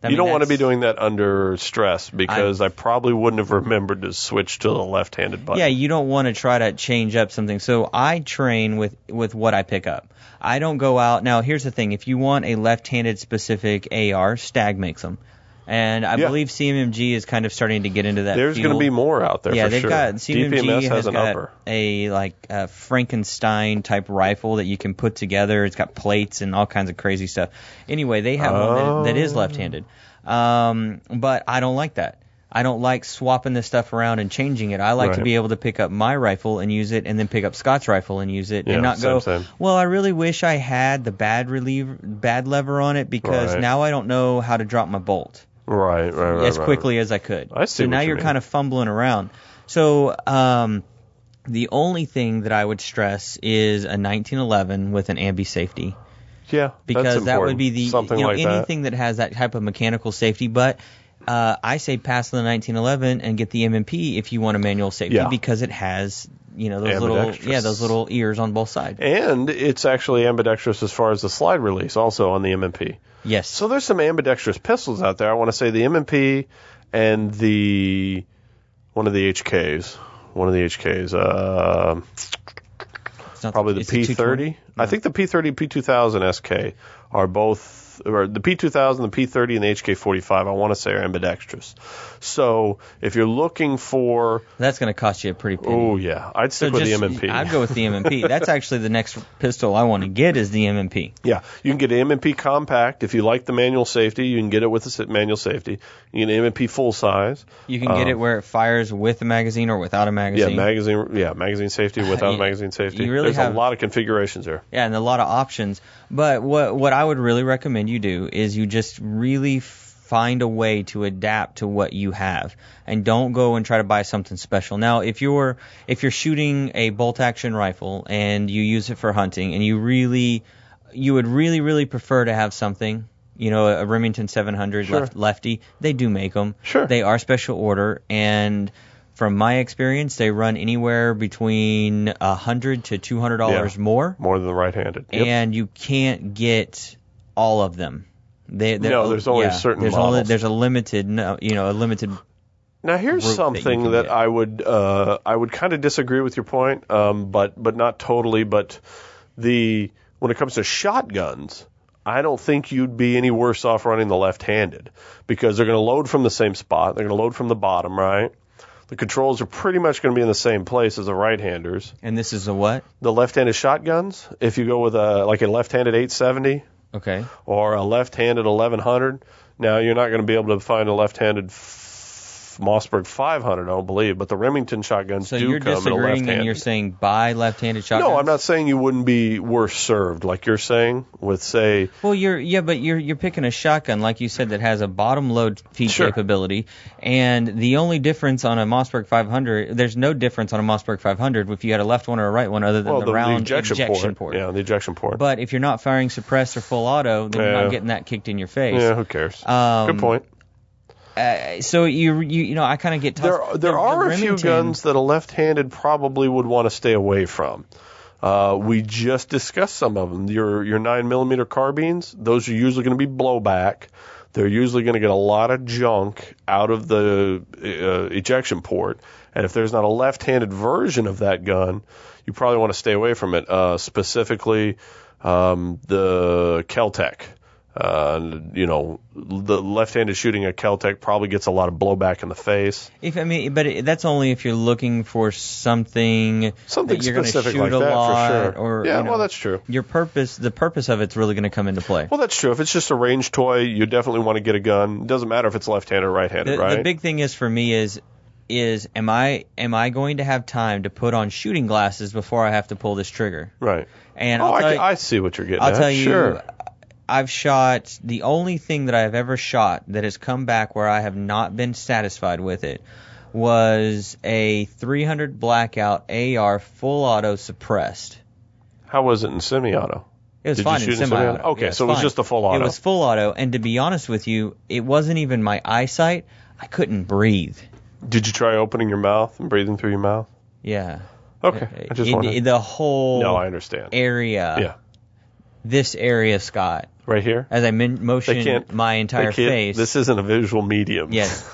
Speaker 1: I
Speaker 2: you
Speaker 1: mean,
Speaker 2: don't want to be
Speaker 1: that's-
Speaker 2: doing that under stress because I, probably wouldn't have remembered to switch to the left-handed button.
Speaker 1: Yeah, you don't want to try to change up something. So I train with with what I pick up. I don't go out. Now, here's the thing: if you want a left-handed specific AR, Stag makes them, and I
Speaker 2: Yeah.
Speaker 1: believe CMMG is kind of starting to get into that.
Speaker 2: There's going to
Speaker 1: field.
Speaker 2: be more out there
Speaker 1: Yeah,
Speaker 2: for
Speaker 1: they've
Speaker 2: sure.
Speaker 1: got CMMG
Speaker 2: DPMS has,
Speaker 1: has
Speaker 2: an
Speaker 1: got
Speaker 2: upper.
Speaker 1: a like a Frankenstein type rifle that you can put together. It's got plates and all kinds of crazy stuff. Anyway, they have one that, that
Speaker 2: Oh.
Speaker 1: is left-handed, um, but I don't like that. I don't like swapping this stuff around and changing it. I like to
Speaker 2: Right.
Speaker 1: be able to pick up my rifle and use it, and then pick up Scott's rifle and use it,
Speaker 2: Yeah,
Speaker 1: and not go.
Speaker 2: same, same.
Speaker 1: Well, I really wish I had the bad reliever, bad lever on it because
Speaker 2: Right.
Speaker 1: now I don't know how to drop my bolt
Speaker 2: Right, right, right.
Speaker 1: as
Speaker 2: right.
Speaker 1: quickly as I could.
Speaker 2: I
Speaker 1: So
Speaker 2: see what
Speaker 1: now
Speaker 2: you
Speaker 1: are
Speaker 2: mean.
Speaker 1: kind of fumbling around. So um, the only thing that I would stress is a 1911 with an ambi safety
Speaker 2: Yeah, that's
Speaker 1: because that would
Speaker 2: important.
Speaker 1: be the
Speaker 2: something
Speaker 1: you know
Speaker 2: like that.
Speaker 1: anything that. has that type of mechanical safety, but. Uh, I say pass the 1911 and get the MMP if you want a manual safety
Speaker 2: Yeah.
Speaker 1: because it has you know those little
Speaker 2: Ambidextrous. Eh,
Speaker 1: yeah those little ears on both sides.
Speaker 2: And it's actually ambidextrous as far as the slide release, also on the M&P.
Speaker 1: Yes.
Speaker 2: So there's some ambidextrous pistols out there. I want to say the M&P and the one of the HKs, one of the HKs, uh,
Speaker 1: It's not
Speaker 2: probably the
Speaker 1: is it 220?
Speaker 2: P30. I think the P30 and P2000 SK are both, or the P2000, the P30, and the HK45. I want to say are ambidextrous. So if you're looking for,
Speaker 1: That's going to cost you a pretty penny.
Speaker 2: oh yeah, I'd stick with the MMP.
Speaker 1: I'd go with the MMP. That's actually the next pistol I want to get is the MMP.
Speaker 2: Yeah, you can get an M&P compact if you like the manual safety. You can get it with the s- manual safety. You can get an M&P full size.
Speaker 1: You can get
Speaker 2: Um,
Speaker 1: it where it fires with a magazine or without a
Speaker 2: Yeah,
Speaker 1: magazine.
Speaker 2: magazine. Yeah, magazine safety without
Speaker 1: You-
Speaker 2: magazine safety.
Speaker 1: you really
Speaker 2: There's
Speaker 1: have-
Speaker 2: a lot of configurations there.
Speaker 1: Yeah, and a lot of options. But what what I would really recommend you do is you just really find a way to adapt to what you have and don't go and try to buy something special. Now, if you're if you're shooting a bolt action rifle and you use it for hunting and you really you would really really prefer to have something you know, a Remington 700
Speaker 2: Sure.
Speaker 1: left, lefty. They do make them.
Speaker 2: Sure.
Speaker 1: They are special order, and from my experience, they run anywhere between a hundred to two hundred dollars
Speaker 2: Yeah.
Speaker 1: more
Speaker 2: More than the right-handed. Yep.
Speaker 1: and you can't get all of them. They, they're-
Speaker 2: No, there's only
Speaker 1: yeah,
Speaker 2: certain
Speaker 1: there's
Speaker 2: models.
Speaker 1: there's a limited, no, you know, a limited.
Speaker 2: Now
Speaker 1: route
Speaker 2: here's
Speaker 1: that you
Speaker 2: something
Speaker 1: can
Speaker 2: that,
Speaker 1: get.
Speaker 2: I would uh, I would kind of disagree with your point, um, but but not totally. But the when it comes to shotguns, I don't think you'd be any worse off running the left-handed because they're going to load from the same spot. They're going to load from the bottom, right? The controls are pretty much going to be in the same place as the right-handers.
Speaker 1: And this is a what?
Speaker 2: The left-handed shotguns, if you go with a like a left-handed 870,
Speaker 1: Okay.
Speaker 2: or a left-handed 1100. Now you're not going to be able to find a left-handed f- Mossberg 500, I don't believe, but the Remington shotguns
Speaker 1: So
Speaker 2: do
Speaker 1: you're
Speaker 2: come in a
Speaker 1: disagreeing,
Speaker 2: left-handed.
Speaker 1: and you're saying buy left-handed shotguns.
Speaker 2: no, I'm not saying you wouldn't be worse served, like you're saying with say
Speaker 1: Well, you're yeah, but you're you're picking a shotgun, like you said, that has a bottom load feed
Speaker 2: Sure.
Speaker 1: capability, and the only difference on a Mossberg 500, there's no difference on a Mossberg 500 if you had a left one or a right one, other than
Speaker 2: well
Speaker 1: the,
Speaker 2: the,
Speaker 1: round
Speaker 2: ejection, port. Yeah, the ejection port.
Speaker 1: But if you're not firing suppressed or full auto, then you're
Speaker 2: Yeah.
Speaker 1: not getting that kicked in your face.
Speaker 2: yeah, who cares?
Speaker 1: Um,
Speaker 2: Good point.
Speaker 1: Uh, so you you you know I kind of get tossed.
Speaker 2: There
Speaker 1: The-
Speaker 2: there
Speaker 1: the
Speaker 2: are a few
Speaker 1: Remington-
Speaker 2: guns that a left-handed probably would want to stay away from. Uh, we just discussed some of them. Your your nine millimeter carbines, those are usually going to be blowback. They're usually going to get a lot of junk out of the uh, ejection port, and if there's not a left-handed version of that gun, you probably want to stay away from it. Uh, specifically, um, the Keltec. Uh, you know, the left-handed shooting a Keltec probably gets a lot of blowback in the face.
Speaker 1: If I mean, but it, that's only if you're looking for something
Speaker 2: Something
Speaker 1: that you're gonna
Speaker 2: specific
Speaker 1: shoot
Speaker 2: like
Speaker 1: a
Speaker 2: that, for
Speaker 1: lot,
Speaker 2: sure.
Speaker 1: Or,
Speaker 2: Yeah,
Speaker 1: you know,
Speaker 2: well, that's true.
Speaker 1: Your purpose, the purpose of it's really going to come into play.
Speaker 2: Well, that's true. If it's just a range toy, you definitely want to get a gun. It doesn't matter if it's left-handed or
Speaker 1: the,
Speaker 2: right-handed, right?
Speaker 1: the big thing is for me is is am I am I going to have time to put on shooting glasses before I have to pull this trigger?
Speaker 2: right.
Speaker 1: And
Speaker 2: oh,
Speaker 1: I'll
Speaker 2: I,
Speaker 1: tell
Speaker 2: ca-
Speaker 1: you-
Speaker 2: I see what you're getting
Speaker 1: I'll
Speaker 2: at.
Speaker 1: tell you,
Speaker 2: sure.
Speaker 1: I've shot the only thing that I've ever shot that has come back where I have not been satisfied with it was a 300 blackout AR full auto suppressed.
Speaker 2: How was it in semi-auto?
Speaker 1: It was
Speaker 2: Did you
Speaker 1: fine
Speaker 2: shoot
Speaker 1: in
Speaker 2: in
Speaker 1: semi-auto.
Speaker 2: semi-auto? Okay,
Speaker 1: Yeah, it's
Speaker 2: so it was
Speaker 1: fine.
Speaker 2: just a full auto.
Speaker 1: It was full auto, and to be honest with you, it wasn't even my eyesight. I couldn't breathe.
Speaker 2: Did you try opening your mouth and breathing through your mouth?
Speaker 1: Yeah.
Speaker 2: Okay, I just
Speaker 1: It-
Speaker 2: wanted.
Speaker 1: it- Uh, the whole
Speaker 2: no, I understand.
Speaker 1: area.
Speaker 2: yeah,
Speaker 1: This area, Scott.
Speaker 2: right here.
Speaker 1: As I men-
Speaker 2: They
Speaker 1: motioned
Speaker 2: can't-
Speaker 1: my entire
Speaker 2: Hey, kid,
Speaker 1: face.
Speaker 2: This isn't a visual medium.
Speaker 1: Yes.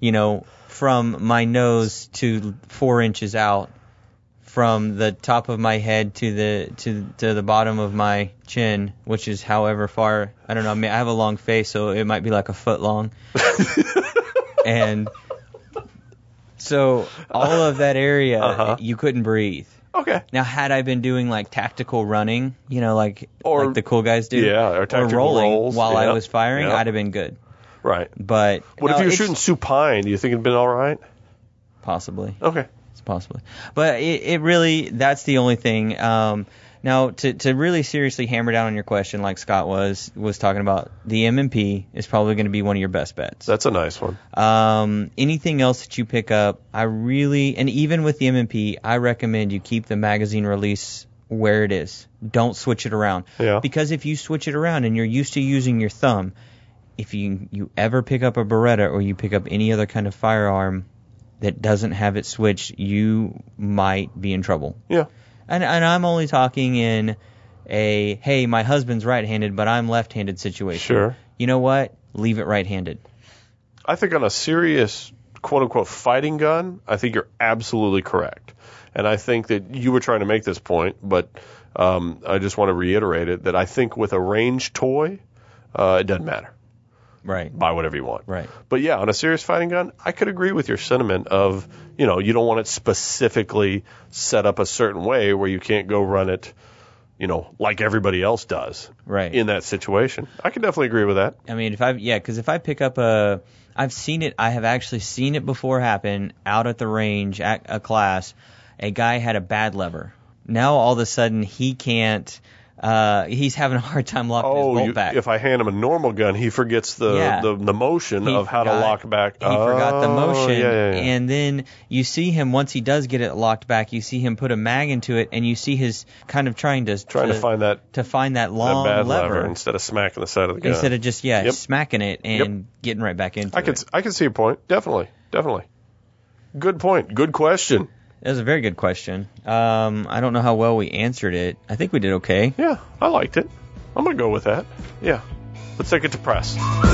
Speaker 1: you know, from my nose to four inches out, from the top of my head to the to to the bottom of my chin, which is however far I don't know. I mean, I have a long face, so it might be like a foot long, and so all of that area
Speaker 2: Uh-huh.
Speaker 1: you couldn't breathe.
Speaker 2: okay.
Speaker 1: Now, had I been doing like tactical running, you know, like
Speaker 2: Or-
Speaker 1: like the cool guys do,
Speaker 2: Yeah, or tactical
Speaker 1: rolling
Speaker 2: rolls,
Speaker 1: while I
Speaker 2: yeah,
Speaker 1: was firing,
Speaker 2: yeah.
Speaker 1: I'd have been good.
Speaker 2: Right.
Speaker 1: But
Speaker 2: What
Speaker 1: no,
Speaker 2: if you were
Speaker 1: it's-
Speaker 2: shooting supine? Do you think it'd been all right?
Speaker 1: Possibly.
Speaker 2: Okay.
Speaker 1: It's possibly. But it, it really, that's the only thing. Um, now, to, to really seriously hammer down on your question, like Scott was was talking about, the MMP is probably going to be one of your best bets.
Speaker 2: That's a nice one.
Speaker 1: Um, anything else that you pick up, I really, and even with the MMP, I recommend you keep the magazine release where it is. Don't switch it around.
Speaker 2: Yeah.
Speaker 1: Because if you switch it around and you're used to using your thumb, if you you ever pick up a Beretta or you pick up any other kind of firearm that doesn't have it switched, you might be in trouble.
Speaker 2: Yeah.
Speaker 1: And and I'm only talking in a hey, my husband's right-handed but I'm left-handed situation.
Speaker 2: Sure.
Speaker 1: You know what? Leave it right-handed.
Speaker 2: I think on a serious quote unquote fighting gun, I think you're absolutely correct. And I think that you were trying to make this point, but um, I just want to reiterate it that I think with a range toy, uh, it doesn't matter.
Speaker 1: Right.
Speaker 2: Buy whatever you want.
Speaker 1: Right.
Speaker 2: But yeah, on a serious fighting gun, I could agree with your sentiment of, you know, you don't want it specifically set up a certain way where you can't go run it, you know, like everybody else does
Speaker 1: Right.
Speaker 2: in that situation. I can definitely agree with that.
Speaker 1: I mean, if I yeah, because if I pick up a, I've seen it. I have actually seen it before happen out at the range at a class. A guy had a bad lever. Now all of a sudden he can't. Uh, he's having a hard time locking his
Speaker 2: Oh,
Speaker 1: bolt
Speaker 2: you,
Speaker 1: back.
Speaker 2: if I hand him a normal gun, he forgets the
Speaker 1: Yeah.
Speaker 2: the, the motion
Speaker 1: He
Speaker 2: of how to
Speaker 1: forgot-
Speaker 2: lock back.
Speaker 1: He forgot the
Speaker 2: Oh,
Speaker 1: motion,
Speaker 2: yeah, yeah, yeah.
Speaker 1: and then you see him once he does get it locked back. You see him put a mag into it, and you see his kind of trying to
Speaker 2: trying to, find that,
Speaker 1: to find that
Speaker 2: that
Speaker 1: long
Speaker 2: bad lever.
Speaker 1: lever,
Speaker 2: instead of smacking the side of the gun.
Speaker 1: instead of just yeah
Speaker 2: Yep.
Speaker 1: smacking it and getting right back into
Speaker 2: I
Speaker 1: it.
Speaker 2: could I could see a point. Definitely, definitely. Good point. Good question.
Speaker 1: That was a very good question. Um, I don't know how well we answered it. I think we did okay.
Speaker 2: Yeah, I liked it. I'm gonna go with that. Yeah, let's take it to press.